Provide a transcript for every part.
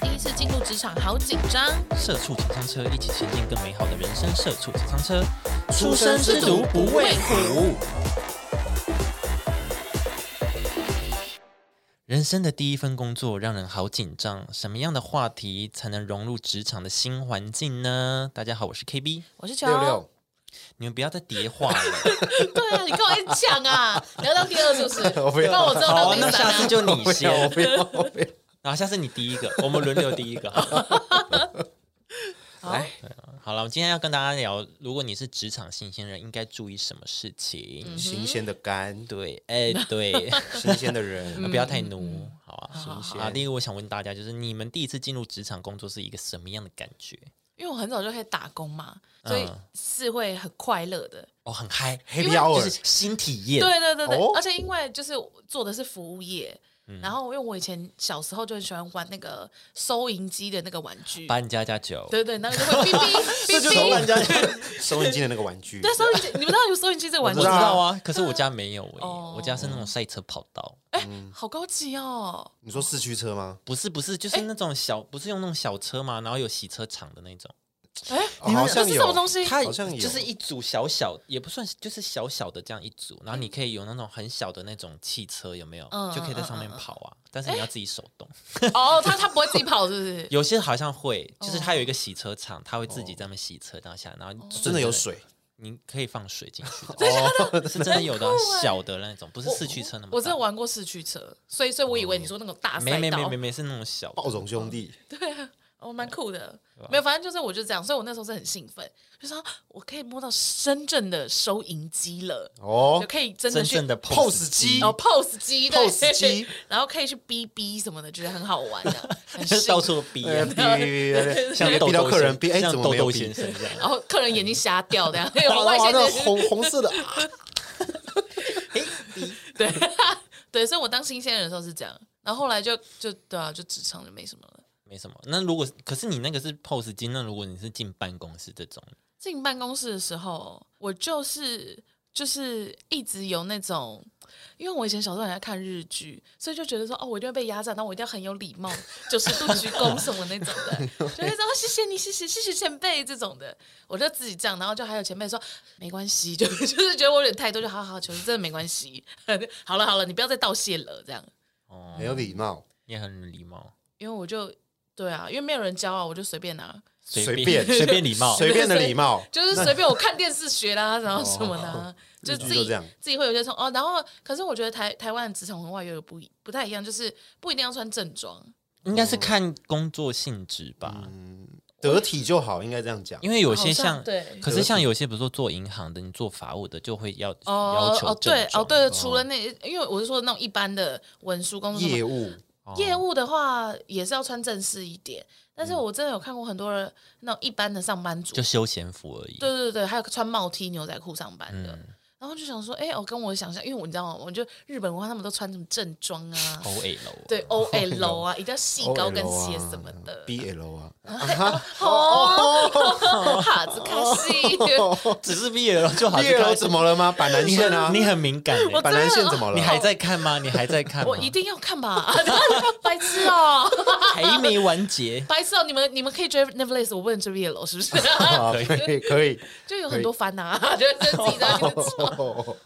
第一次进入职场，好紧张。社畜请上车，一起前进更美好的人生。社畜请上车，初生之犊不畏虎。人生的第一份工作让人好紧张，什么样的话题才能融入职场的新环境呢？大家好，我是 KB，我是球，六六，你们不要再叠 话了。对啊，你跟我一起抢 啊！你要当第二是不是？我不你要帮我知道好，当第那三下次啊！就我你不 要，我先，不要，我不要。然后下次你第一个，我们轮流第一 个。好了好哎好了，我今天要跟大家聊，如果你是职场新鲜人，应该注意什么事情？嗯新鲜的肝，对，哎、对。新鲜的人，呃不要太奴，好啊嗯好。新啊，鲜第一个我想问大家，就是你们第一次进入职场工作是一个什么样的感觉？因为我很早就开始打工嘛，所以嗯是会很快乐的。哦，很嗨， Happy 就 Hour 是新体验。对对对对，哦嗯而且因为就是我做的是服务业，然后因为我以前小时候就很喜欢玩那个收银机的那个玩具，搬家加酒，对对，那个就会哔 哔就哔是收哔人。家收音机的那个玩具，对，收银机，你们知道有收银机这个我玩知具？道道啊，可是我家没有哎，哦我家是那种赛车跑道，哎，好高级哦！你说四驱车吗？不是不是，就是那种小，不是用那种小车嘛，然后有洗车场的那种，哎，哦好这像是什么有，东西？它好像有就是一组小小，也不算是，就是小小的这样一组，然后你可以有那种很小的那种汽车，有没有嗯？就可以在上面跑啊，但是你要自己手动。哦，他他不会自己跑是不是？有些好像会，就是哦它有一个洗车场，它会自己在那边洗车，然后下来，然后顺着真的有，水，你可以放水进 去的，哦是真的有的小的那种，不是四驱车那么大。欸哦我真的玩过四驱车，所以所以我以为你说那种大没赛没没啊道没，没是那种小的，暴种兄弟， 哦，蛮酷的。没有，反正就是我就这样，所以我那时候是很兴奋，就说啊我可以摸到深圳的收银机了，哦就，可以真的真去正的 POS 机哦 POS 机对 POS 机，然后可以去哔哔什么的，觉得很好玩的， 很到兴奋。处逼啊，哎 对像逼豆到豆客人逼，先哎，像怎么豆没有豆逼先？生这样？然后客人眼睛瞎掉， 这样哇我外哇线那真的是红红色的，啊对 对，所以我当新鲜人的时候是这样，然后后来就就对啊，就职场就没什么了。没什么。那如果可是你那个是 POS 机，那如果你是进办公室这种，进办公室的时候，我就是就是一直有那种，因为我以前小时候很爱看日剧，所以就觉得说哦，我一定会被压榨，然后我一定要很有礼貌，九十度鞠躬什么那种的，就会说、哦、谢谢你，谢谢谢谢前辈这种的，我就自己这样，然后就还有前辈说没关系，就 就是觉得我有点太多，就好好求真的没关系， 好了好了，你不要再道谢了这样，哦，没有礼貌，你也很礼貌，因为我就对啊，因为没有人教啊，我就随便拿、随便随便礼貌。随便的礼貌，就是随便我看电视学啦，然后什么的啊， 就哦日自剧就己这样自己会有些冲哦。然后，可是我觉得台台湾的职场文化又有不一不太一样，就是不一定要穿正装。应该是看工作性质吧，嗯得体就好，应该这样讲。因为有些哦好像像对可是像有些比如说做银行的，你做法务的就会要哦要求哦，正对哦装对，除了那，因为我是说那种一般的文书工作什么业务业务的话也是要穿正式一点。但是我真的有看过很多人那种一般的上班族就，休闲服而已。对对对，还有穿帽 T 牛仔裤上班的。嗯然后就想说，哎、我、跟我想象，因为我你知道吗？我就日本文化，他们都穿什么正装啊，哦 O A 楼， 对 O L 啊，一定要细高跟鞋什么的。 ，BL 啊， 哦，哈子开 心，哦只是 B L 就好。 ，BL 怎么了吗？板南你线啊很，你很敏 感欸，板南线怎么了？你还在看吗？你还在看吗？我一定要看吧！ 白痴哦，。还没完 结白痴哦，你们你们可以追 Neverless，我不能追 BL 是不 是？啊可 以可以，就有很多烦恼，啊 就是自己 在那边做哦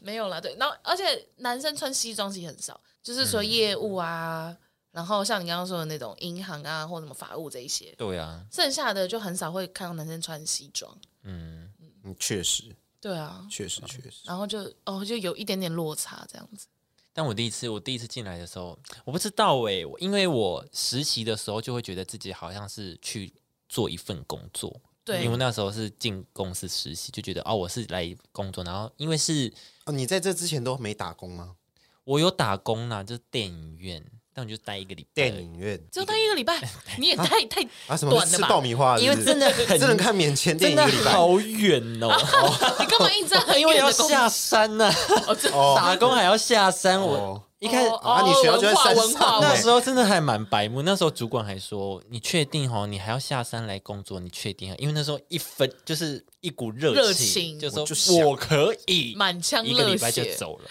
没有啦，对。然后而且男生穿西装其实很少，就是说业务啊，然后像你刚刚说的那种银行啊或什么法务这一些，对啊，剩下的就很少会看到男生穿西装。嗯，嗯，确实，对啊，确实，确实，然后就哦就有一点点落差这样子。但我第一次我第一次进来的时候，我不知道哎、我因为我实习的时候就会觉得自己好像是去做一份工作。对因为那时候是进公司实习，就觉得哦，我是来工作，然后因为是哦，你在这之前都没打工吗？我有打工啦，就是电影院，但我就待一个礼拜而已。电影院只有待一个礼拜，你也太太哎啊，什么短吃了爆吧？米花？因为真的很只能看免签电真的影一个礼拜，好远哦，你干嘛一直在 很因为远要的工作？下山呢、哦真的哦 打工还要下山。我哦一开始哦啊你学校就在文化山文化上文那化欸时候真的还蛮白目，那时候主管还说：“你确定哦，你还要下山来工作？你确定哦？”因为那时候一分就是一股热热情，情就说我就想我可以，满腔一个热礼拜就血，走了。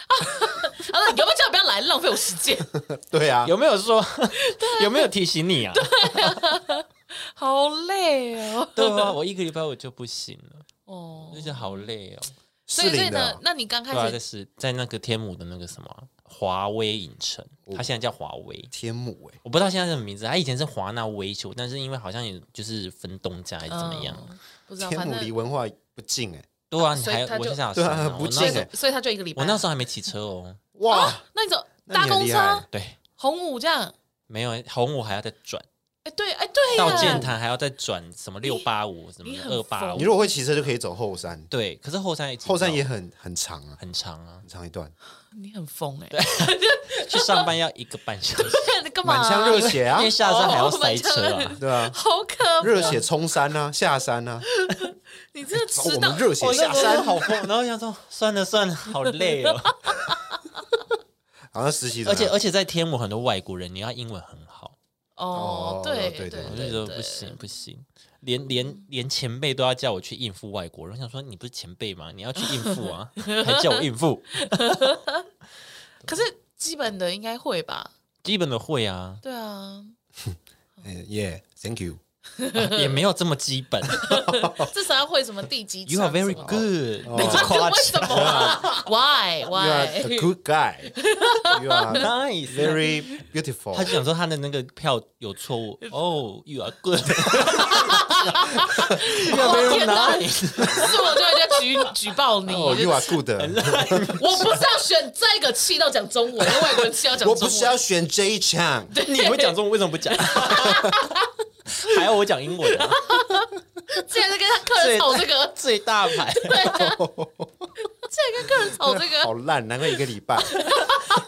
他说你要不要叫我不要来，浪费我时间， 对啊，有没有说有没有提醒你啊？好累哦。对啊，我一个礼拜我就不行了，哦我，就觉得好累哦。所以是所以零呢的，，那你刚对啊，开在始是在那个天母的那个什么啊华威影城，它现在叫华威。天母哎，我不知道现在什么名字，它以前是华纳维修，但是因为好像也就是分东家还是怎么样，嗯不知道，天反母离正文化不近哎，对啊，啊你所以还它我就就想对啊算了很我不那所近以时欸所以他就一个礼拜。我那时候还没骑车哦，哇，那你走那搭你很公厉车啊害对，红五这样？没有红五还要再转，哎，对，哎，对呀，到剑潭还要再转什么六八五什么你很二八疯你五，如果会骑车就可以走后山，对，可是后山也骑不后山到也很很长啊，很长啊，很长一段，你很疯哎，去上班要一个半小时， 你干嘛？满腔热血 啊因为，下山还要哦塞车啊。对啊，好可怕！热血冲山啊，下 山啊，你真的走知我道们热血我下那时候山就。好疯，然后想说算了算了，好累哦。好像实习怎而么且样，而且在天母很多外国人，你要英文很好，哦哦，对对对我就对觉得对不行不行，连连连前辈都要叫我去应付外国人，我想说你不是前辈吗？你要去应 付啊，还叫我应付，可是基本的应该会吧？基本的会啊，对啊，嗯，Yeah，Thank you。也没有这么基 本。至少要会什么地基场 You 什 are 么的。 very good，那是 啊夸为什 奖。么啊？Why You are a why？ good guy. You are Nice， very 他 beautiful. 就想 说他的那个票有错 误。哦、y o u are good， 我 Oh，天哪！ nice。 是我就人家举举报你。哦，You are good. 我不是要选这个气到讲中文，因为外国人气到讲我中文。不是要选这一场，你会讲中文，为什么不 讲？还要我讲英文、啊？ 竟然在跟他客人吵这个，最大牌，竟然跟客人吵这 好个。烂，难怪一个礼拜。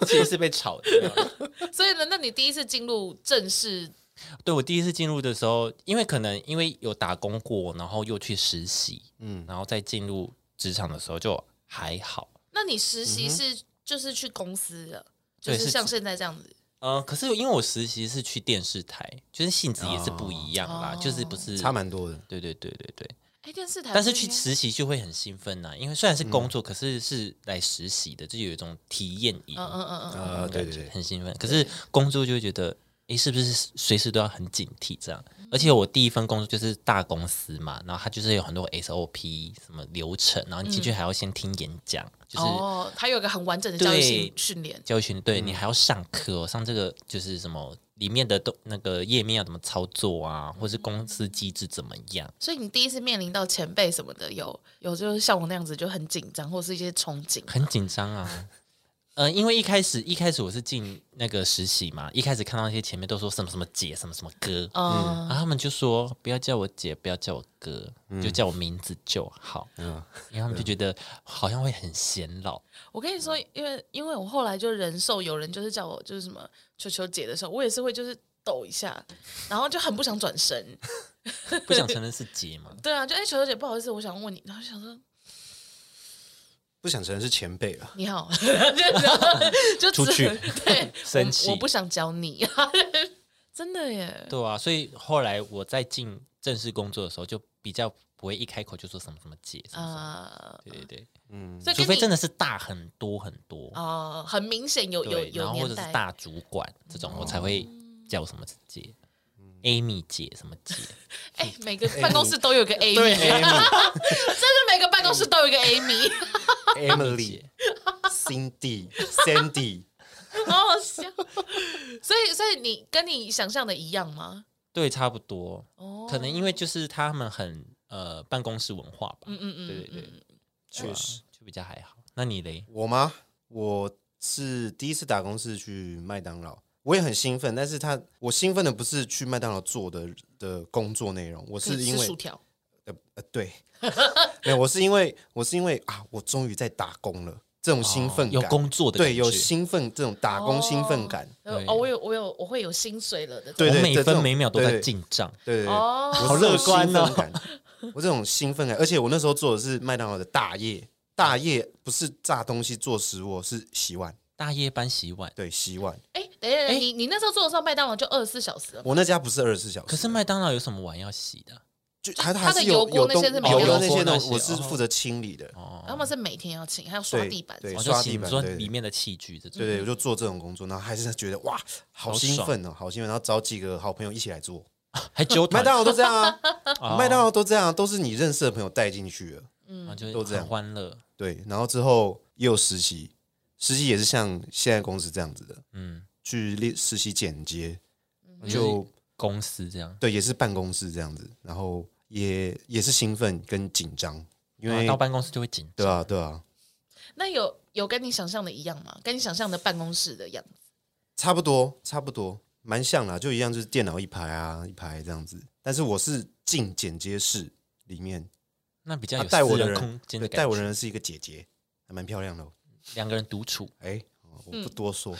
其实是被炒的。所以呢，那你第一次进入正式， 对我第一次进入的时候，因为可能因为有打工过，然后又去实习，嗯，然后再进入职场的时候就还好。那你实习是就是去公司的，就对是是像现在这样子。嗯、可是因为我实习是去电视台，就是性质也是不一样啦，哦就是不是差蛮多的。对对对对对，哎，电视台不但应该，是去实习就会很兴奋呐、因为虽然是嗯工作，可是是来实习的，就有一种体验营，嗯，嗯嗯嗯嗯，呃，对感对觉对，很兴奋。可是工作就会觉得，诶，是不是随时都要很警惕这样？而嗯且我第一份工作就是大公司嘛，然后它就是有很多 SOP 什么流程，然后你进去还要先听演讲，就是哦，它有一个很完整的教育对训训练。教育群，对、嗯你还要上课、哦，上这个就是什么里面的都那个页面要怎么操作嗯啊，或是公司机制怎么样。所以你第一次面临到前辈什么的，有有就是像我那样子就很紧张，或是一些憧憬。很紧张 啊。呃，因为一开始一开始我是进那个实习嘛，一开始看到那些前面都说什么什么姐什么什么哥，嗯，然后他们就说不要叫我姐，不要叫我哥，就叫我名字就好。嗯，然后他们就觉得好像会很显老，我跟你说，因为因为我后来就人寿有人就是叫我就是什么球球姐的时候，我也是会就是抖一下，然后就很不想转身。不想承认是姐嘛。对啊，就哎、球球姐不好意思，我想问你，然后就想说不想承认是前辈了。你好， 就就出去对， 生气我我不想教你， 真的耶。对啊，所以后来我在进正式工作的时候，就比较不会一开口就说什么什么姐什么什么。啊、对对对，嗯，所以除跟非你真的是大很多很多，啊、很明显有有对，然有后或年者代哦是大主管这种，我才会叫什么姐、a m y 姐什么姐，哎、每个办公室都有个 Amy，对 真的每个办公室都有一个 Amy， ，Emily、Cindy、Sandy，好好笑。所以，所以你跟你想象的一样吗？对，差不多。哦，可能因为就是他们很呃办公室文化吧，嗯嗯嗯，对对嗯对，啊确实。就比较还好。那你嘞？我吗？我是第一次打工是去麦当劳，我也很兴奋，但是他我兴奋的不是去麦当劳做的的工作内容，我可以是因吃为薯条，呃呃，对，没有，我是因为我是因为啊，我终于在打工了，这种兴奋哦感，有工作的感对，觉有兴奋这种打工兴奋感，呃对哦，我有我有我会有薪水了的，对我对每对这分种每秒都对在对进账，对对对，哦我好这种乐观哦兴奋感，我这种兴奋感，而且我那时候做的是麦当劳的大夜，大夜不是炸东西做食物，哦是洗碗，大夜班洗碗。对，洗碗。哎，等一下，哎你你那时候做的时候，麦当劳就二十四小时了吗，我那家不是二十四小时，可是麦当劳有什么碗要洗的？就还它还的是油有锅有那东些是没有有的油那锅些那东些西，我是哦负责清理的。他们是每天要清，还有刷对地板。对我刷哦就地洗板说对里面的器具这种，对对，我就做这种工作，然后还是觉得哇，好好兴爽奋哦，好兴奋！然后找几个好朋友一起来做，还揪团，麦当劳都这样啊，哦麦当劳都这样啊，都是你认识的朋友带进去的。然后就都这样很欢乐，对，然后之后也有实习，实习也是像现在公司这样子的，嗯，去练实习剪接，就就是公司这样，对，也是办公室这样子，然后也也是兴奋跟紧张，因然后为哦到办公室就会紧对张，啊对啊，那有有跟你想象的一样吗？跟你想象的办公室的样子？差不多差不多，蛮像啦，就一样，就是电脑一排啊一排这样子，但是我是进剪接室里面，那比较他有啊带我私的人人空间的对，带感我觉，的人是一个姐姐，还蛮漂亮的哦，两个人独处，哎。哦我不多说，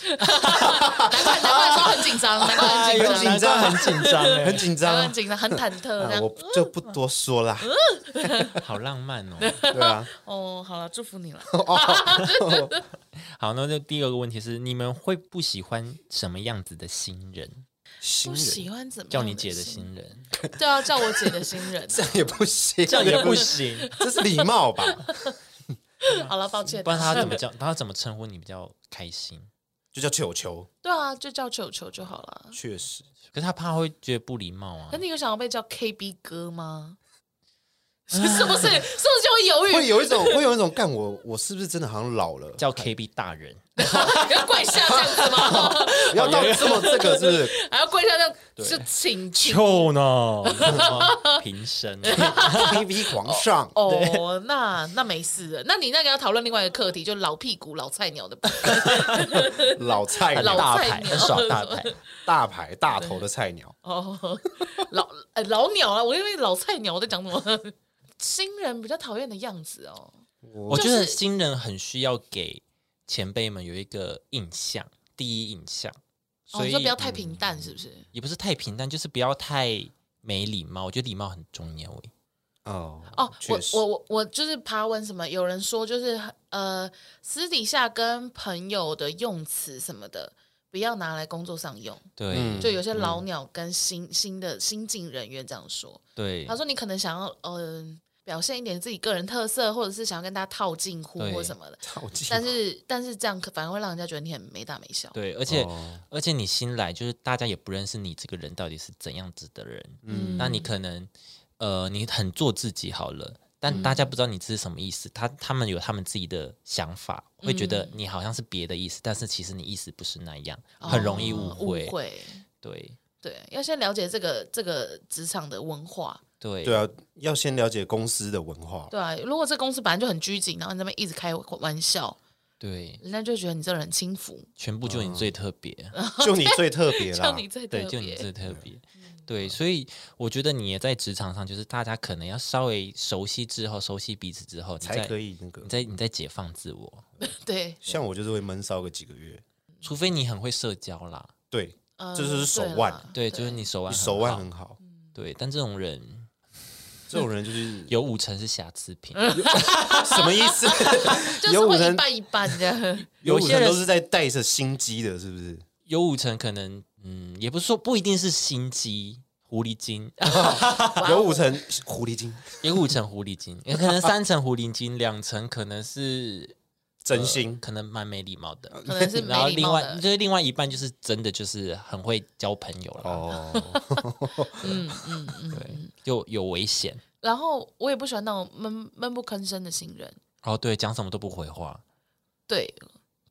难怪难怪说很紧张，难怪很紧很张，紧张，很哎紧难张欸 很紧张怪啊很！紧张，很嗯忐忑这啊样我。就不多说啦， 好浪漫哦。对啊，哦，好了，祝福你了。好，那就第二个问题是，你们会不喜欢什么样子的新人？新不人喜欢怎么叫样你姐的新人？ 新人，对啊，叫我姐的新 人。这样也不行，这样也不，行，这是礼貌吧？好了，抱歉啊不。然他怎么叫？他怎么称呼你比较开心？就叫球球，对啊，就叫球球就好了。确实，可是他怕会觉得不礼貌啊可。你有想要被叫 KB 哥吗？ 是不是？是不是就会犹豫？会有 一种会有一种干我我是不是真的好像老了？叫 KB 大人，要跪下这样子 吗？不要到这么这个是 不是？还要跪下这样，就 请 求。就呢， 平身 KV 皇上，哦，那那没事了。那你那个要讨论另外一个课题，就老屁股、老菜鸟的部分。 老菜老鸟，大菜牌鸟耍大牌，大牌大头的菜鸟，哦，老哎老鸟啊，我因为老菜鸟，我在讲什么？ 新人比较讨厌的样子哦。我觉得新人很需要给前辈们有一个印象，第一印象，哦，所你以、嗯说不要太平淡，是不是？也不是太平淡，就是不要太没礼貌。我觉得礼貌很重要欸诶。哦哦，确我实我我我就是爬文什么，有人说就是呃，私底下跟朋友的用词什么的，不要拿来工作上用。对、嗯就有些老鸟跟新新的新进人员这样说，对他，说你可能想要嗯表现一点自己个人特色，或者是想要跟大家套近乎对或什么的，套近乎哦但是但是这样可反而会让人家觉得你很没大没小。对，而且、哦而且你新来，就是大家也不认识你这个人到底是怎样子的人，嗯那你可能呃，你很做自己好了。嗯但大家不知道你这是什么意思，他他们有他们自己的想法，会觉嗯得你好像是别的意思，但是其实你意思不是那样，很容易误哦会。误会，对对，要先了解这个这个职场的文化。对对啊，要先了解公司的文化，对啊，如果这公司本来就很拘谨，然后你那边一直开玩笑，对人家就觉得你这人很轻浮，全部就嗯你最特别，就你最特别 叫啦哦你，最特别。嗯对，就你最特别。对，所以我觉得你也在职场上，就是大家可能要稍微熟悉之后，熟悉彼此之后，你才再可以那个你。再你再解放自我，对，像我就是会闷骚个几个月，嗯除非你很会社交啦，对，呃这就是手对啦腕对，就是你手腕你很手腕好嗯很好，对，但这种人这种人就是 有五成是瑕疵嗯品，什么意思？就是有五会一人半一半的。有 有五些人人都是在带着心机的，是不是？有五成可能嗯，也不是说不一定是心机。狐狸精， 哦有五成狐狸精，有五成狐狸精，也可能三成狐狸精，两成可能是呃真心呃可能蛮没礼貌的，可能是没然后礼另貌外的就是另外一半就是真的就是很会交朋友了，哦，嗯嗯嗯。对，就有危险。然后我也不喜欢那种闷闷不吭声的新人，哦，对，讲什么都不回话，对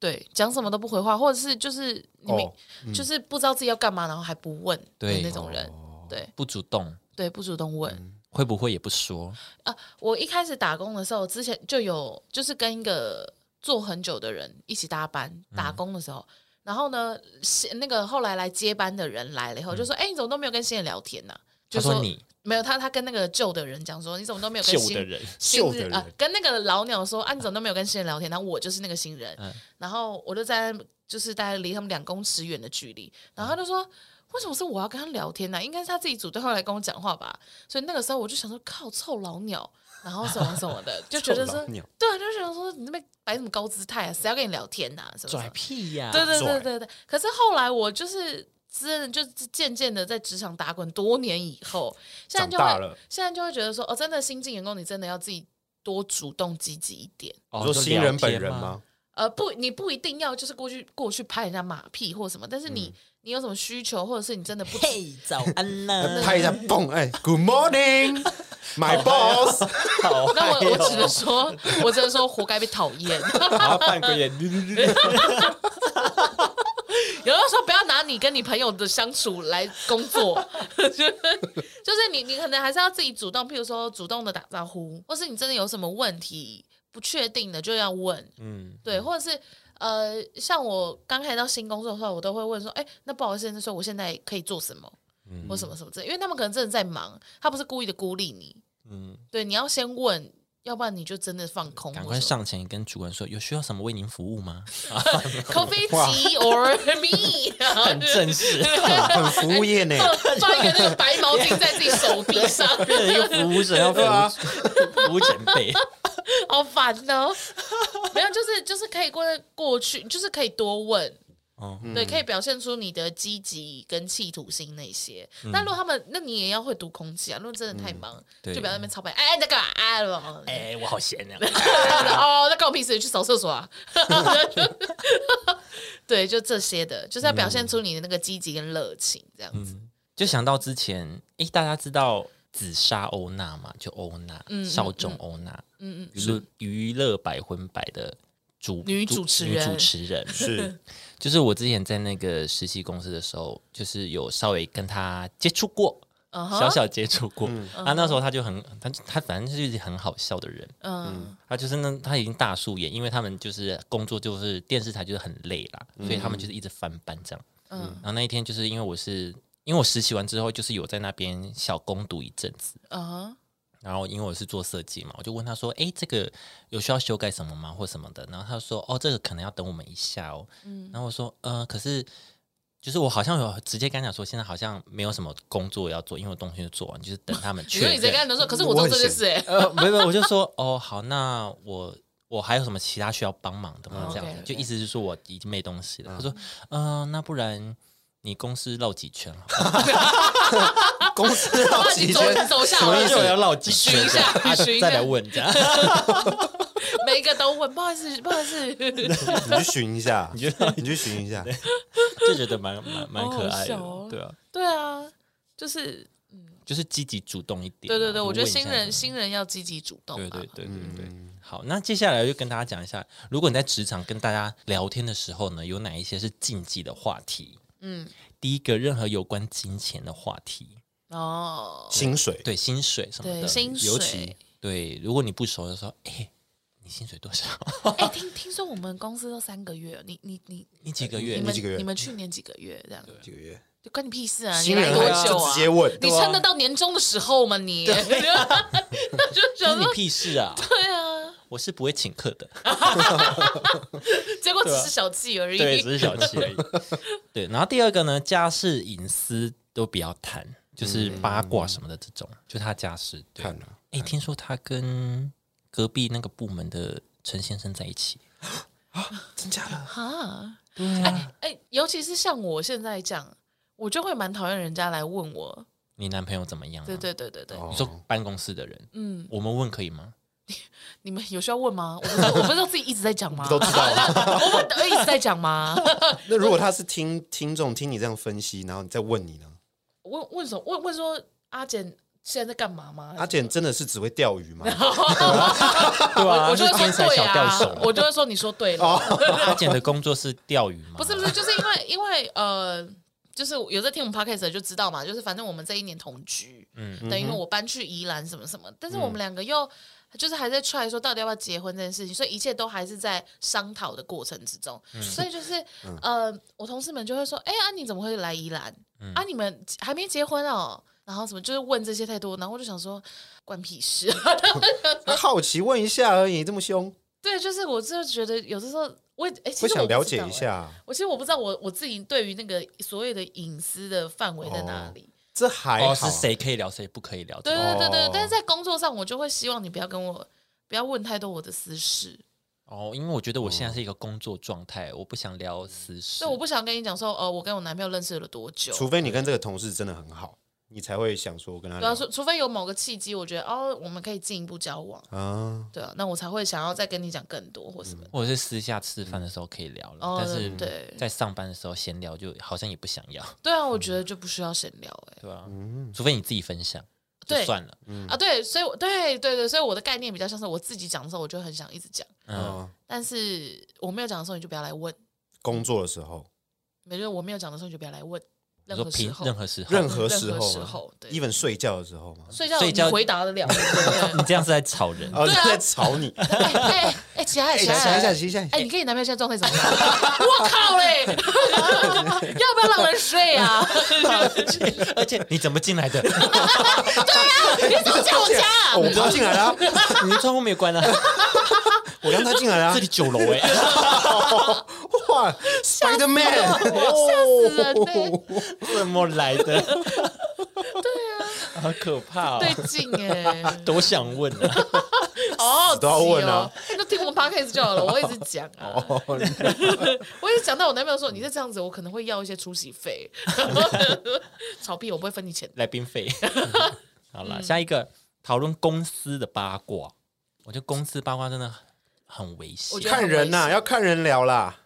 对，讲什么都不回话，或者是就是你们、哦就是不知道自己要干嘛，然后还不问的对那种 哦人，对不主动，对，不主动问。嗯会不会也不说？啊，我一开始打工的时候，之前就有就是跟一个做很久的人一起搭班，打嗯工的时候，然后呢，是那个后来来接班的人来了以后，就说：“哎、你怎么都没有跟新人聊天呢、就嗯他说你没有他，他跟那个旧的人讲说，你怎么都没有跟旧新的人新旧的人啊，跟那个老鸟说啊，你怎么都没有跟新人聊天？然后我就是那个新嗯人，然后我就在就是大概离他们两公尺远的距离，然后他就说。为什么是我要跟他聊天呢、应该是他自己主动要来跟我讲话吧。所以那个时候我就想说，靠，臭老鸟，然后什么什么的，就觉得臭说，老对鸟啊，就想说你那边摆什么啊高姿态啊，谁要跟你聊天呐、什么什么屁呀对对拽对对对。可是后来我就是真的就是渐渐的在职场打滚多年以后，现在就长大会了现在就会觉得说，哦，真的新进员工你真的要自己多主动积极一点。哦你说新人本人？就聊天吗吗？呃，不，你不一定要就是过去过去拍人家马屁或什么，但是嗯你、你有什么需求，或者是你真的不嘿，早安呃 呢！拍一下蹦，哎 ，Good morning，my boss，哦好那嗨我我哦只能说，我只能说活该被讨厌。然后半个月，有的时候不要拿你跟你朋友的相处来工 作，就是就是你你可能还是要自己主动，譬如说主动的打招呼，或是你真的有什么问题不确定的就要问，嗯，对，或者是呃，像我刚开始到新工作的时候，我都会问说，哎，那不好意思，那说我现在可以做什么，嗯或什么什么之类，因为他们可能真的在忙，他不是故意的孤立你，嗯，对，你要先问，要不然你就真的放空，赶快上前跟主管说，有需要什么为您服务 吗？ coffee tea or me，然后很就正式，很服务业呢。放一个那个白毛巾在自己 手臂上，一个服务生要服对啊务 服务前辈，好烦哦。没有，就是就是可以过过去，就是可以多问，哦，对，可以表现出你的积极跟企图心那些。嗯那如果他们，那你也要会读空气啊。如果真的太忙，对就不要在那边操白，哎，哎在干嘛？哎，哦哎，我好闲啊，哦，那关我屁事，去扫厕所啊。 对，就这些的，就是要表现出你的那个积极跟热情，这样子。 就想到之前，诶，大家知道紫砂欧娜嘛？就欧娜，少中欧娜，嗯嗯，娱乐百分百的主女主持人女主持人，是，就是我之前在那个实习公司的时候，就是有稍微跟她接触过。嗯小哼，小接触过，啊，那时候她就很，她她反正就是很好笑的人，嗯他就是那他已经大素颜，因为他们就是工作就是电视台就是很累啦，所以他们就是一直翻班这样。嗯，然后那一天就是因为我是因为我实习完之后就是有在那边小攻读一阵子，嗯哼，然后因为我是做设计嘛，我就问他说：“诶，这个有需要修改什么吗，或什么的？”然后他说：“哦，这个可能要等我们一下哦。”嗯然后我说：“呃，可是就是我好像有直接跟他讲说，现在好像没有什么工作要做，因为我东西都做完，就是等他 们你确说认。”你在跟他们说，可是我做这件事，哎，呃，没有没有，我就说哦，好，那我我还有什么其他需要帮忙的吗？嗯这样子 OK，OK 就意思是说我已经没东西了。他说，嗯、那不然你公司绕几圈好了？公 司好到吧几你走圈？走下什么来意思？要绕几巡一下这样巡一下啊再来问这样， 每一个都问，不好意思，不好意思，啊你去寻一下，你去寻一下。就觉得蛮蛮蛮可爱的好好笑哦，对啊，对啊，就是就是积极主动一点啊。对对对，就我觉得问一下新人新人要积极主动对啊对，对对对。好，那接下来就跟大家讲一下，如果你在职场跟大家聊天的时候呢，有哪一些是禁忌的话题？嗯，第一个，任何有关金钱的话题， 哦，薪水，对薪水什么对的，薪水尤其对，如果你不熟的时候，哎、你薪水多少？ 哎，听听说我们公司都三个月，你你你你几个月？你你们几个月你们去年几个月这样，几个月？就关你屁事啊！你新来人多还久就啊直？接问，你撑得到年终的时候吗？你那 就关想你说，屁事啊！ 对啊，我是不会请客的，结果只是小气而已。对，只是小气 而已。对，然后第二个呢，家事隐私都不要谈，就是嗯八卦什么的这种，就他家事。对，看了，哎、听说他跟隔壁那个部门的陈先生在一起。真假的？啊，对啊，哎，尤其是像我现在这样，我就会蛮讨厌人家来问我。你男朋友怎么样、啊？对，对对对对，你说办公室的人，嗯，我们问可以吗？你们有需要问吗？我不是我不知道自己一直在讲 吗？都知道了。我们 都一直在讲吗？那如果他是听听众听你这样分析，然后你再问你呢？问问什么？问问说阿简现在在干嘛吗？阿简真的是只会钓鱼 吗？对 我我就会啊天说才对小钓啊 手，。我就会说你说对了，阿简的工作是钓鱼哦吗？不是不是，就是因为 因为呃。就是有在听我们 podcast 的就知道嘛，就是反正我们这一年同居，嗯，等于我搬去宜兰什么什么，但是我们两个又就是还在 try 说到底要不要结婚这件事情，所以一切都还是在商讨的过程之中，所以就是、嗯呃，我同事们就会说，哎、啊你怎么会来宜兰？啊你们还没结婚哦？然后什么就是问这些太多，然后我就想说关屁事， 呃他好奇问一下而已，这么凶，对，就是我就觉得有的时候我也哎、其会实我想不了知解道一哎下。我其实我不知道我我自己对于那个所谓的隐私的范围在哪哦里。这还好哦，是谁可以聊，谁不可以聊？对这种对对对，哦但是在工作上，我就会希望你不要跟我不要问太多我的私事。哦，因为我觉得我现在是一个工作状态，我不想聊私事所以。我不想跟你讲说，呃，我跟我男朋友认识了多久。除非你跟这个同事真的很好，你才会想说跟他对啊，聊除除非有某个契机，我觉得哦，我们可以进一步交往，啊。对啊，那我才会想要再跟你讲更多或什么。或者是私下吃饭的时候可以聊了，哦但是对在上班的时候闲聊就好像也不想要，对啊，我觉得就不需要闲聊哎、对啊，除非你自己分享，就对算了，嗯啊，对，所以我对对对，所以我的概念比较像是我自己讲的时候，我就很想一直讲，嗯，但是我没有讲的时候，你就不要来问。工作的时哦候，没就是我没有讲的时候，你就不要来问。你任说何时平候，任何时候，任何时任何候时吗候对啊，even 睡觉的时候吗？睡觉睡你觉回答得了，对不你这样是在吵 人，哦，对啊就在吵你，对？哎哎哎，起来哎起想一下，来！想一下，哎，你跟你男朋友现在状态怎么样？我靠嘞！ 要不要让人睡啊？而且你怎么进来的？你怎么叫我家啊哦？我刚进来 了啊， 你窗户没有关 啊，我刚才进来了啊这里，九楼 哎，哇，Spider Man，死人呢怎么来的？对啊，好可怕哦！对劲哎，多想问啊，好好都要奇问哦啊，哦就听我们 podcast 就好了。我一直讲啊，我一直讲到我男朋友说你再这样子，我可能会要一些出席费。 吵屁，我不会分你钱。来宾 费。好了，嗯下一个讨论公司的八卦，我觉得公司八卦真的很危险我觉。得看人呐，要看人聊啦。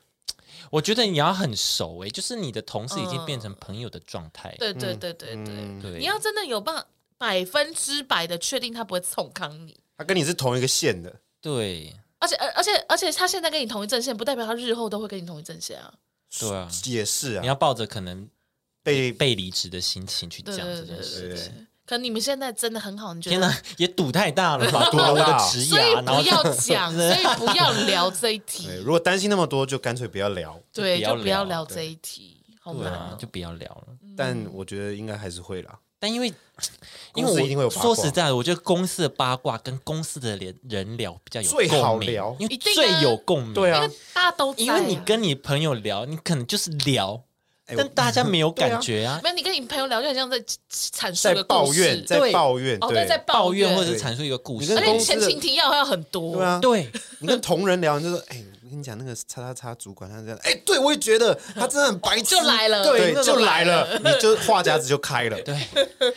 我觉得你要很熟哎、就是你的同事已经变成朋友的状态。嗯对对对对对。嗯，对，你要真的有办法百分之百的确定他不会冲康你，他跟你是同一个线的，对而且而而且而且他现在跟你同一阵线，不代表他日后都会跟你同一阵线啊。对啊，也是你啊，要抱着可能被被离职的心情去对讲对这对件事。对对对。可能你们现在真的很好，你觉天哪得？，也赌太大 了吧，赌赌了好我的大哦职所以涯，然后啊不 要 讲，所以不要聊这一题对，，如果担心那么多，就干脆不要聊。对，就就不要聊不要聊这一题，好对难啊，哦。就不要聊了。但嗯我觉得应该还是会啦。但因为因公司为我一定会有八卦说实在的，我觉得公司的八卦跟公司的人人聊比较有最好共鸣聊因为一定啊最有共鸣。对啊因为大家都在啊因为你跟你朋友聊，你可能就是聊，哎但大家 没有感觉 啊。没有你跟你朋友聊，就很像在阐述在一个抱故事怨，在对抱怨，哦对，在抱怨怨或者是阐述一个故事你而跟，且公前情提要还有很多，对啊，对， 你跟同仁聊，你就说，哎，我跟你讲那个叉叉叉主管他这样，哎，对我也觉得他真的很白痴，就来了对那，种就 来了，你就话匣子就开了。对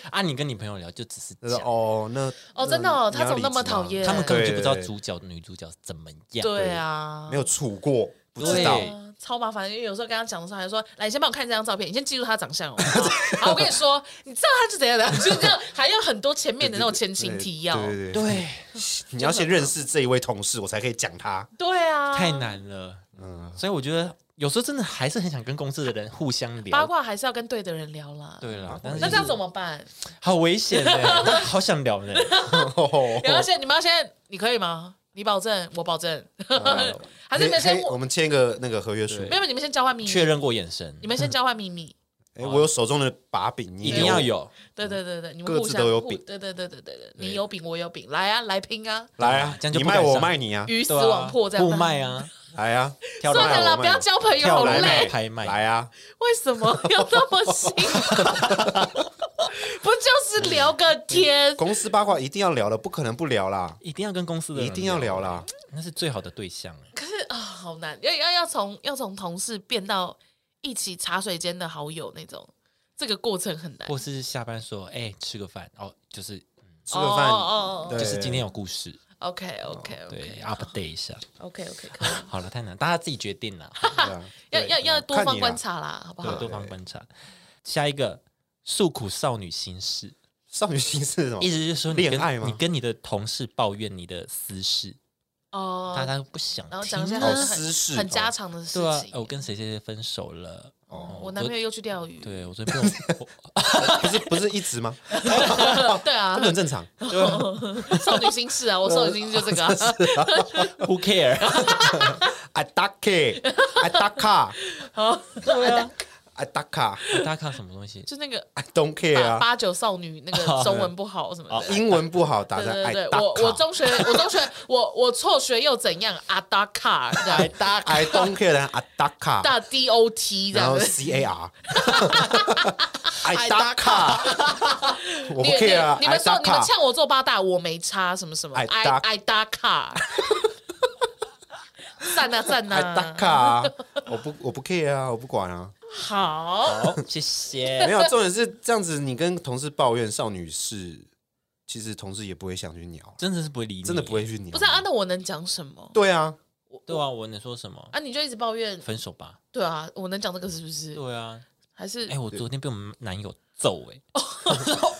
啊，你跟你朋友聊就只是他说讲，哦，那嗯哦真的哦他怎么那么你要离职吗讨厌他们根本就不知道对对对主角女主角怎么样。对啊，没有处过，不知对道。啊超麻烦，因为有时候跟他讲的时候，还说：“来，你先帮我看这张照片，你先记住他长 相哦。好”好，我跟你说，你知道他是怎样的，就这样，还要很多前面的那种前情提要。 哦对对对，对， 你要先认识这一位同事，我才可以讲他。对啊，太。难了。嗯，所以我觉得有时候真的还是很想跟公司的人互相八聊。卦还是要跟对的人聊啦。对了，但是那这样怎么 办？好危险呢？ 好想聊呢。然后现在你们要现在，你可以吗？你保证，我保证， 还是你们先 嘿嘿我们签一个那个合约书。没有，你们先交换秘确密，认过眼神你，们先交换秘密。哎，我有手中的把柄，你一定要。有。对对对对，你们嗯各互自相都有互饼对对对对对对，你有饼，我有饼，来啊，来拼啊，来啊，这样就你不敢卖我，上我卖你啊，鱼死对啊网破这样。互 卖啊，来啊，跳算来了啦，我卖不要我交朋友，跳好来累买哦。拍卖来啊，为什么要那么辛苦？ 不就是聊个天？嗯公司八卦一定要聊的，不可能不聊啦，一定要跟公司的一人定要聊，啦。那是最好的对象欸。可是啊、好难，要要要从要从同事变到一起茶水间的好友那种，这个过程很难。或是下班说，哎，吃个饭哦，就是吃个饭哦哦哦对哦就是今天有故事， ，OK OK 对 OK ，update 一下。 OK OK，可以。 好了，太难，大家自己决定啦，对啊要对要要看多方你啦啊观察啦，好不对，好？多方观察。下一个诉苦少女心事，少女心是什么意？思就是说你跟哦恋爱吗你跟你的同事抱怨你的私事，哦、大家都不想然后听讲一些哦很啊。私事很家哦常的事对啊情。，呃我跟谁谁谁分手了。哦，我男朋友又去钓鱼，对我昨天被我不是不是一 直吗？对啊 这不，很 正常。少女心事啊，我少女心事就这 个、啊， who care？ I d a k I d a k a 对啊， I d a k a 大家看什么东 西？ 就那个 I don't care 八啊，八九少女 那个中文不好什么的。英文不好打对成对 I 对 d 对，我我 a k 中学我中学我我辍学又怎样？阿达卡这 a I 样， d a I don't care 的 I d a k a 大 D O T 这然样后子， C A R。I d a k a 我不你 care 啊你你，I 们 d 说 a 你 k 们 a 呛我做八大，我没差什么什么， I 挨 duck 挨打卡，赞呐赞还打呐，卡、啊，我不我不 care 啊，我不管啊。好，好，哦谢没谢。有，重点是这样子，你跟同事抱怨少女事，其实同事也不会想去鸟，真的是不会理你，真的不会。去鸟。不是啊？那我能讲什么？对啊，对啊，我能说什么？啊，你就一直抱怨，分手吧。对啊，我能讲这个是不是？对啊，还是哎，我昨天被我们男友揍 哎。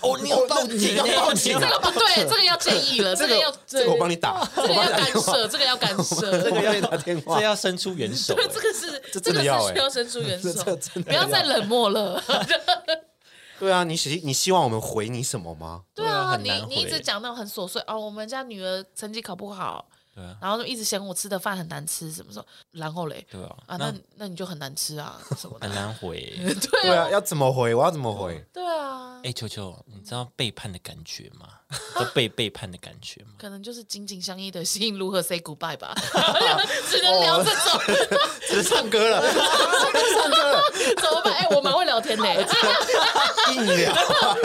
哦，你有报警啊 哦那你欸？要报警这个不对，这个要建议了，这 这个要个这个我帮你打，这个我帮要你打电干话，涉，这个要干涉， 这个要打电话这。要伸出援手 对，欸。这个是这这真个的要是哎需要伸出援手这这真，的不要再冷漠了。对啊，你希你希望我们回你什么吗？对对啊啊，很你难你一直回讲那种很琐碎哦，我们家女儿成绩考不好，对啊，然后就一直嫌我吃的饭很难吃，什么时候？然后嘞，对啊，啊，那那你就很难吃啊，什么很的。难回欸。对对啊，啊，要怎么回？我要怎么回？对啊，哎，球球，你知道背叛的感觉吗？就被背叛的感觉 吗？可能就是紧紧相依的心如何 say goodbye 吧，只能聊这种，只是唱歌了，唱歌了，怎么办？哎，我蛮会聊天的，硬聊，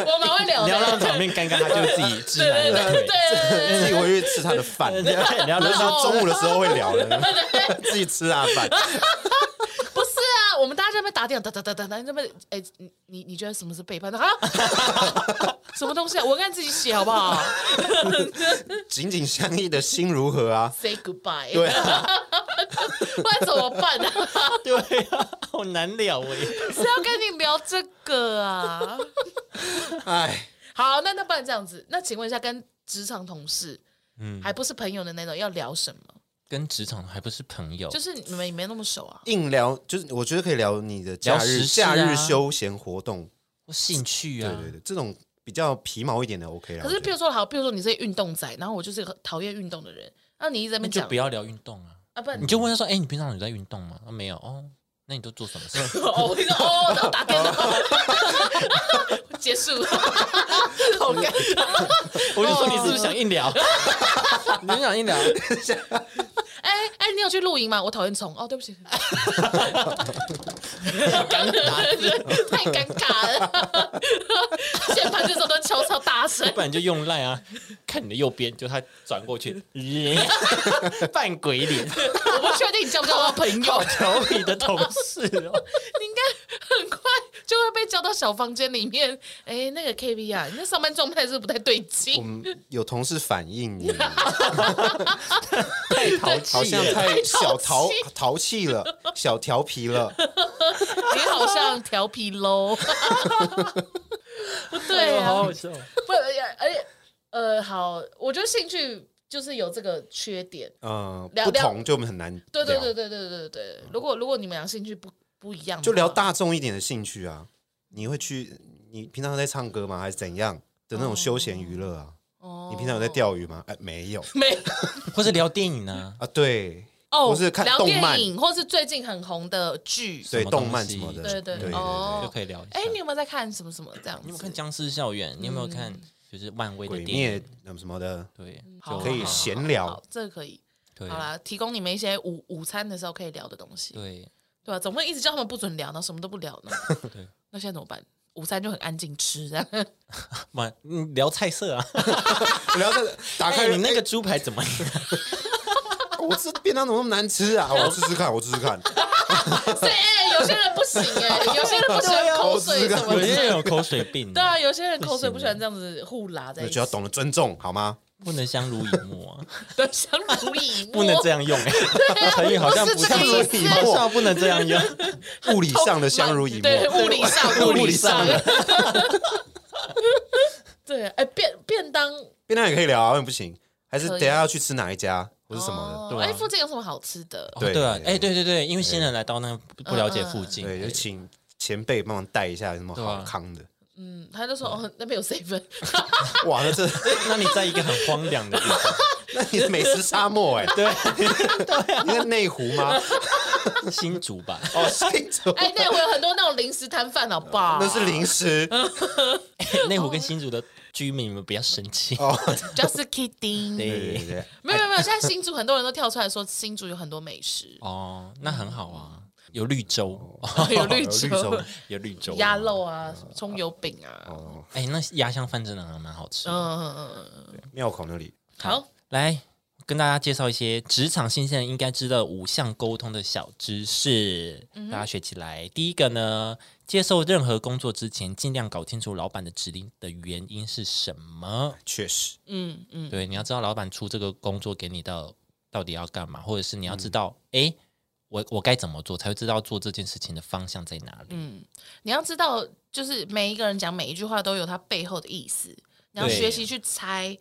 我蛮会聊你要的让。场面尴尬，他就自己知对对难而对对退。对自己回去吃他的饭。你要你要我让 是他说中午的时候会聊的，自己吃他的饭。不是啊，我们大家在那边打电话，哒哒哒哒哒，那边哎，你你你觉得什么是背叛的 啊？什么东西啊？我按自己写好不好紧紧相依的心如何啊？ ？Say goodbye，对啊， 不然怎么办啊？ 对啊，好难聊哎。是要跟你聊这个啊？ 哎，好，那那不然这样子，那请问一下，跟职场同事，嗯，还不是朋友的那种，要聊什么？跟职场还不是朋友，就是你们也没那么熟啊。硬聊就是我觉得可以聊你的假聊日、时事啊假日休闲活动，我兴趣啊，对对对，这种比较皮毛一点的 OK 啦。可是，我觉譬得如说，好，譬如说你是运动仔，然后我就是个讨厌运动的人，那你一直在那那边就讲不要聊运动啊，啊，不嗯然你就问他说，哎、你平常有在运动吗？啊，没有哦，那你都做什么 事？哦，我听到哦，然后打电话， 结束，好尴尬。我就哦说你是不是想硬聊？ 你是想硬聊？ 哎哎，你有去露营吗？我讨厌虫。哦，对不起， 太尴尬了。键盘这时候都敲超大声，不然就用赖啊，看你的右边，就他转 过去， 扮鬼脸，我不确定你交不交到朋友好，调皮的同事哦。你应该很快就会被叫到小房间里面。哎，那个 K V 啊，你那上班状态是不是不太对我劲？们有同事反映你太淘 好气像了，太小淘淘气淘气了，小调皮了，你好像调皮 喽。 对啊，好好笑。不，而且而且呃，好，我觉得兴趣就是有这个缺点。嗯，聊不同就很难。对对对，对对对对对。如果如果你们俩兴趣不不一样的话，就聊大众一点的兴趣啊。你会去？你平常在唱歌吗？还是怎样的那种休闲娱乐啊？哦。你平常有在钓鱼吗？哎，没有没或是聊电影啊，啊。对，哦， 或是看聊动电漫影，或是最近很红的剧。对，什么东动漫西什么的，对对对对哦就可以聊一下。哎，你有没有在看什么什么这样子？你有没有看《僵尸校园》？你有没有看就是漫威的鬼电灭影？那么什么的，对，嗯好？就可以好闲好好聊好这个可以。对好啦，提供你们一些午午餐的时候可以聊的东西，对，对吧？总不能一直叫他们不准聊，然后什么都不 聊呢对。那现在怎么办？午餐就很安静吃，这样嘛，嗯聊菜色啊。聊这打哎，开你那个猪排怎么样？我这便当怎么那么难吃啊？我试试看，我试试看。是哎，有些人不行哎，有些人不喜欢口水什么有的些。人有口水病，对啊，有些人口水不不喜行欢这样子互拉在那一起就要，懂得尊重，好吗？不能相濡以沫啊， 对，相濡以沫， 不能这样，样用哎、欸，成语好像不像不啊是这个意思好像不能这样用，物理上的相濡以沫，对，物理上，物理上的。 对，哎，便便当便当也可以聊啊，为什么不行？还是可以等一下要去吃哪一家或是什么哦对啊哎，附近有什么好吃的？哦对对啊，对哎、对对对，因为新人来到那个不不了嗯解附的？近，对，就对请前辈帮忙带一下有什么对啊好康的。嗯，他就说哦，那边有 seven，哇，那这哎那你在一个很荒凉的地方， 那你是美食沙漠 哎，对，你在内湖吗？新竹吧，哦，新竹，哎，那会有很多那种零食摊贩，好不好？那是零食内湖跟新竹的居民们不要生气，哦。 ，just kidding。对对对，对对，没有没有没有，现在新竹很多人都跳出来说新竹有很多美食，哦，那很好啊，有绿哦洲，哦有绿有绿洲洲、有绿洲鸭，肉啊、葱油饼啊，哦，哎、那鸭香饭真的还蛮好吃嗯嗯嗯嗯嗯，庙口那里好。来，跟大家介绍一些职场新鲜人应该知道的五项沟通的小知识，嗯大家学起来。第一个呢，接受任何工作之前，尽量搞清楚老板的指令的原因是什么。确实，嗯嗯，对，你要知道老板出这个工作给你到到底要干嘛，或者是你要知道，诶，我我该怎么做，才会知道做这件事情的方向在哪里。嗯你要知道，就是每一个人讲每一句话都有他背后的意思，你要对学习去猜，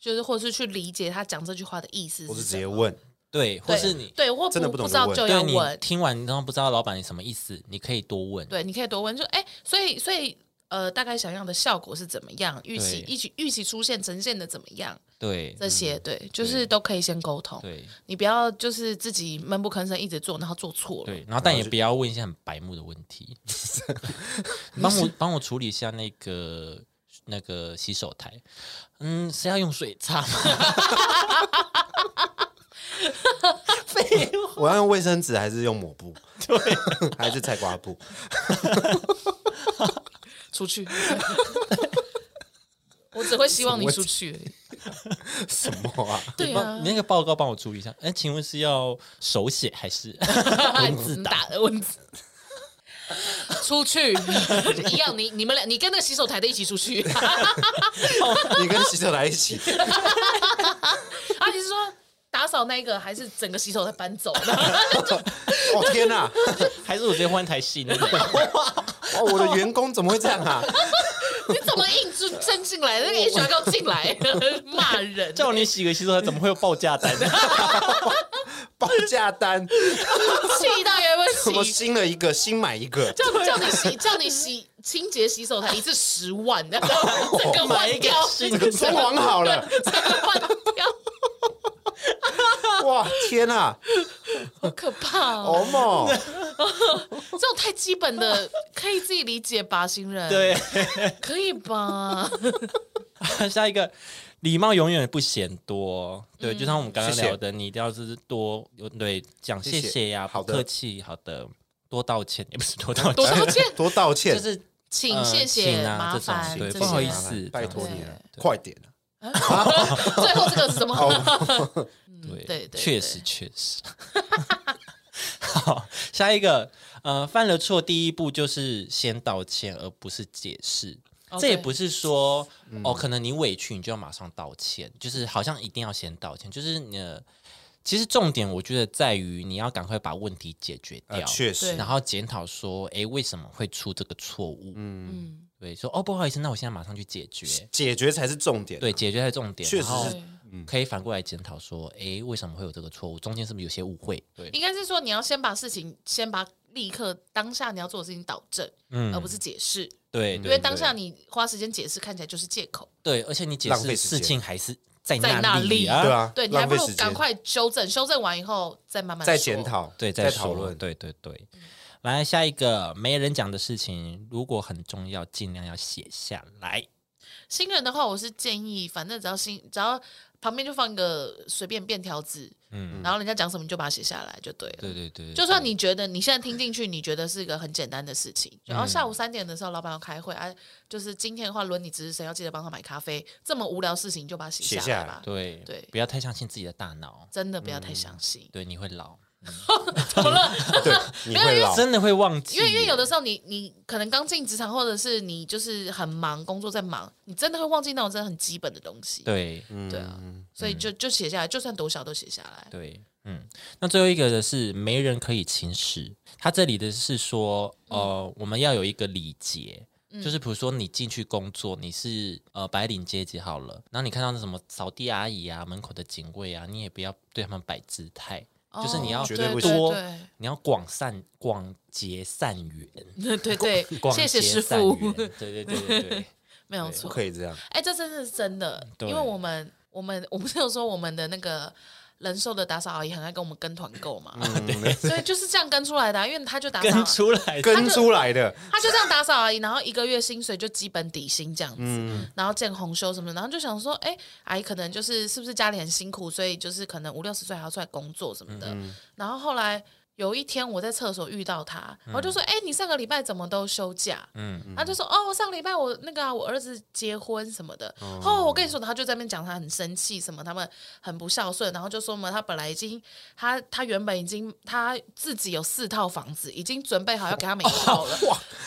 就是或是去理解他讲这句话的意思我是是直什接么。问，对，或对是你对或真的不不懂知就道问就要对你问，听完然后不知道老板什么意思，你可以多问。对，你可以多问，就哎、所以所以呃，大概想要的效果是怎么样？预期对一起预期出现呈现的怎么样？嗯对这些对，就是都可以先沟通。对你不要就是自己闷不吭声一直做，然后做错 了。对，然后但也不要问一些很白目的问 题，帮我帮我处理一下那个那个洗手台，嗯，是要用水擦吗？我要用卫生纸还是用抹布？对， 还是菜瓜布？出去。 我只会希望你出去而已。什么啊？对帮啊你，那个报告帮我处理一下。哎，请问是要手写还是？ 蚊子打蚊子。 出去一样，你你们俩，你跟那个洗手台的一起出去 啊！你跟洗手台一起，你是说打扫那个，还是整个洗手台搬走？ 哦天哪、还是我直接换台新的？ 哦我的员工怎么会这样 啊？你怎么硬就伸进来？那个 HR 要进来骂人，叫你洗个洗手台，怎么会有报价 单？报价单，气到有什 没有么洗？新了一个，新买一 个，叫叫你洗，叫你洗清洁洗手台一次十万，然后整个换掉，这 个装潢好了，整个换掉，哇天哪、啊，好可怕哦！好猛 哦！这种太基本的 可以自己理解吧，新人，对， 可以 吧？下一个，礼貌永远不嫌多。对，就像我们刚刚谢谢聊的，你一定要就是多对讲谢谢谢谢呀，好不的客气，好的，多道歉也不是多道多歉，道歉，多道歉，就是请呃谢请谢，啊麻这种烦，对这不好些意思麻烦拜托你了，对快点啊最后这个是什么？ 嗯对对对确实确实。 好，下一个，呃，犯了错第一步就是先道歉，而不是解释。 OK 这也不是说、嗯哦，可能你委屈你就要马上道歉，就是好像一定要先道歉，就是你的。其实重点我觉得在于你要赶快把问题解决掉，呃确实对然后检讨说，哎，为什么会出这个错误？嗯，对，说哦不好意思，那我现在马上去解决，解决才是重点。对，，解决它的重点，确实然后是对。可以反过来检讨说，诶，为什么会有这个错误？中间是不是有些误会？对，应该是说你要先把事情，先把立刻当下你要做的事情导正，嗯而不是解释，对，嗯因对，为当下你花时间解释，看起来就是借口。对，而且你解浪释费时间事情还是在在那里里啊，对啊，对你还浪不费如时间赶快修正，修正完以后再慢慢再说检。讨，对，再再讨说 论。对对对。来下一个没人讲的事情，如果很重要，尽量要写下来。新人的话，我是建议，反正只要新，只要旁边就放一个随便便条纸，嗯，然后人家讲什么你就把它写下来就对了。对对对，就算你觉得你现在听进去，你觉得是一个很简单的事情，然后下午三点的时候老板要开会，啊，就是今天的话轮你值日生要记得帮他买咖啡，这么无聊的事情你就把它写写下下来来吧。对对不要太相信自己的大脑，真的不要太相信。对，你会老，怎么了？对，你会老，真的会忘记，因为因为有的时候你你可能刚进职场，或者是你就是很忙，工作在忙，你真的会忘记那种真的很基本的东西。对，嗯对啊，所以就就写下来，就算多小都写下来。对，嗯，那最后一个的是没人可以侵蚀。他这里的是说，呃，我们要有一个礼节，嗯就是比如说你进去工作，你是呃白领阶级好了，然后你看到那什么扫地阿姨啊、门口的警卫啊，你也不要对他们摆姿态，就是你要哦绝对不行多对，你要广散广结善 缘，对 对对对，广谢谢结师善傅，缘对对对 对对，嗯没有不错。可 以这样。哎，这真的是真的，对因为我们我们我不是有说我们的那个人寿的打扫阿姨很爱跟我们跟团购嘛， 所以就是这样跟出来的啊、因为他就打嗯跟扫，出来的嗯跟出来的，他就这样打扫阿姨，然后一个月薪水就基本底薪这样子，嗯然后见红休什么的，然后就想说，哎，阿姨可能嗯就是是不是家里很辛苦，所以就是可能五六十岁还要出来工作什么的，然后后来。有一天我在厕所遇到他，我就说：“哎、你上个礼拜怎么都休假？”嗯他就说：“哦，上礼拜我那个啊、我儿子结婚什么的。哦，我跟你说，他就在那边讲他很生气，什么他们很不孝顺，然后就说嘛，他本来已经他他原本已经他自己有四套房子，已经准备好要给他们一套 了。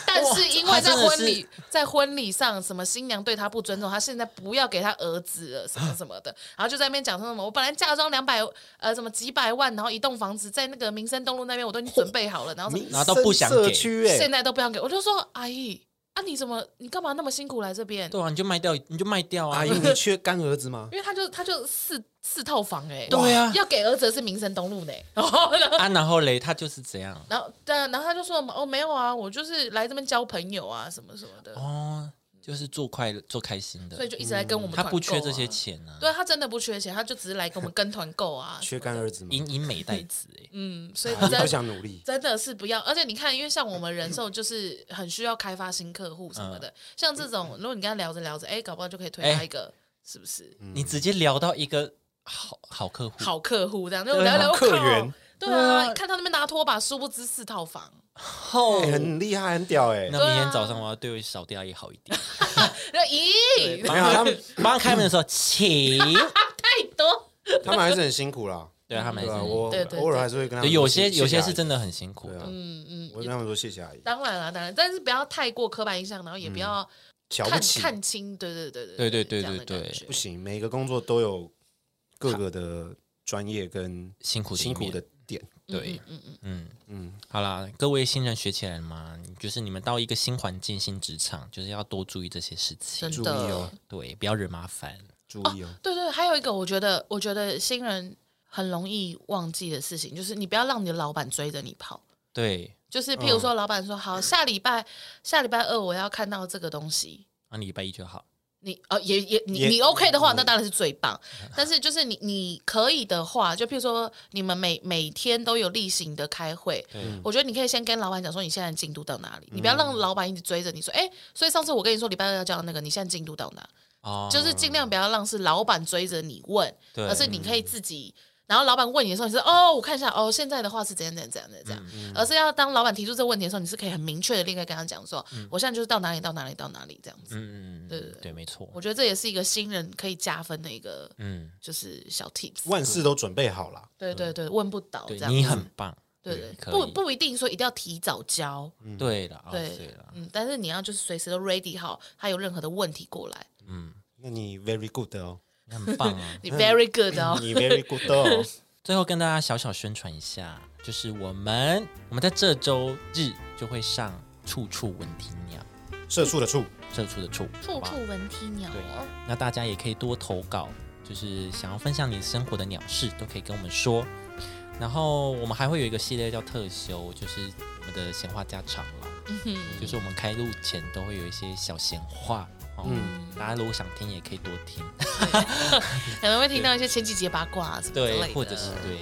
但是因为在他真的婚礼是在婚礼上，什么新娘对他不尊重，他现在不要给他儿子了， 什么什么的，然后就在那边讲说什么，我本来嫁妆两百呃什么几百万，然后一栋房子在那个民生东路那边我都已经准备好了，然后什么民然后都不想生社给区哎、现在都不想给我，就说阿姨啊你怎么你干嘛那么辛苦来这边？对啊，你就卖掉，你就卖掉啊！阿姨，你缺干儿子 吗？。因为他就他就四四套房哎、欸，对啊要给儿子的是民生东路呢、然后啊，然后嘞，他就是这样然后对啊，然后他就说哦没有啊，我就是来这边交朋友啊什么什么的，哦，就是做快乐做开心所以的，就一直在跟我们、他嗯不缺这些。钱啊，对他真的不缺钱，他就只是来跟我们跟团购啊 缺干儿子吗？以以美代子哎， 嗯， 所以阿姨不真想 努力，真的是不要。而且你看，因为像我们人寿就是很需要开发新客户什嗯么的，像这种，如果你跟他聊着聊着，哎，搞不好就可以推他一个，是不是？嗯你直接聊到一个好好客户，好客户这样，就聊聊好客源。靠对啊，看他那边拿拖把，殊不知四套房，厚哎很厉害，很屌哎、哦那明天早上我要对扫地阿姨好一点。然后咦，没有，啊 他们帮他开门的 时候， 请。太多。他们还是很辛苦啦。 对啊他们对还啊，是我对对对偶尔还是会跟他对们有说些谢谢有些阿是姨真的很辛苦对的啊。嗯嗯，我跟他们说谢谢阿姨，当然了，当然，但是不要太过刻板印象，然后也不要瞧嗯不看起，看清，对对对对对对这样的对感对觉不行，每个工作都有各个的专业跟辛苦的一辛苦面的点。对，嗯嗯嗯嗯嗯，好啦，各位新人学起来了吗？就是你们到一个新环境、新职场，就是要多注意这些事情，真注意的哦。对，不要惹麻烦。注意哦，对对，还有一个，我觉得，我觉得新人很容易忘记的事情，就是你不要让你的老板追着你跑。对，就是譬如说，老板说、好，下礼拜下礼拜二我要看到这个东西，那礼拜一就好。你呃也也你也你 OK 的话，那当然是最棒。但是就是你你可以的话，就譬如说你们每每天都有例行的开会，我觉得你可以先跟老板讲说你现在进度到哪里，你不要让老板一直追着你说，哎、所以上次我跟你说礼拜二要交那个，你现在进度到哪？哦，就是尽量不要让是老板追着你问，对嗯而是你可以自己。然后老板问你的时候，你是哦，我看一下哦，现在的话是怎样怎样怎样怎样，嗯而是要当老板提出这个问题的时候，你是可以很明确的立刻跟他讲说，我现在就是到哪里到哪里到哪里这样子。嗯嗯，嗯嗯，对对嗯对，没错我。觉得这也是一个新人可以加分的一个嗯，就是小 tips。万事都准备好了，对对对，问不倒这对样子。你很棒。对对，可不以不一定说一定要提早交，对了，哦对对了，，嗯，但是你要就是随时都 ready 好，他有任何的问题过来，那你 very good 哦，你很棒啊。 你 very good 哦。你 very good 哦，最后跟大家小小宣传一下，就是我们我们在这周日就会上《处处闻啼鸟社畜的畜，》，社畜的处，好处不好处闻啼鸟对哦，那大家也可以多投稿，就是想要分享你生活的鸟事，都可以跟我们说。然后我们还会有一个系列叫特休，就是我们的闲话家常啦，嗯就是我们开录前都会有一些小闲话。哦、嗯，大家如果想听也可以多听，可能会听到一些前几节八卦啊什么之类对的，，嗯或者是对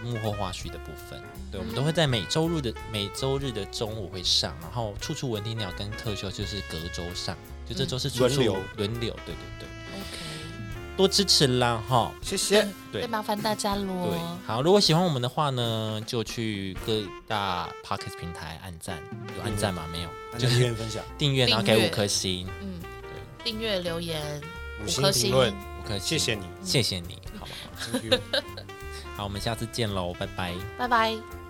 就幕后花絮的部分，对，我们都会在每周日的每周日的中午会上，然后处处闻听鸟跟特休就是隔周上，嗯就这周是处处轮流轮流，对对对， OK，多支持啦哈。谢谢，对再麻烦大家对喽。，好，如果喜欢我们的话呢，就去各大 podcast 平台按赞，有按赞嗯吗？没有，那就就医是院分享，订阅，然后订给阅五颗星，嗯，订阅留言五颗星星评论，五颗谢星，谢你谢谢你，好不好？ ，thank you。好，我们下次见喽，拜拜。拜拜。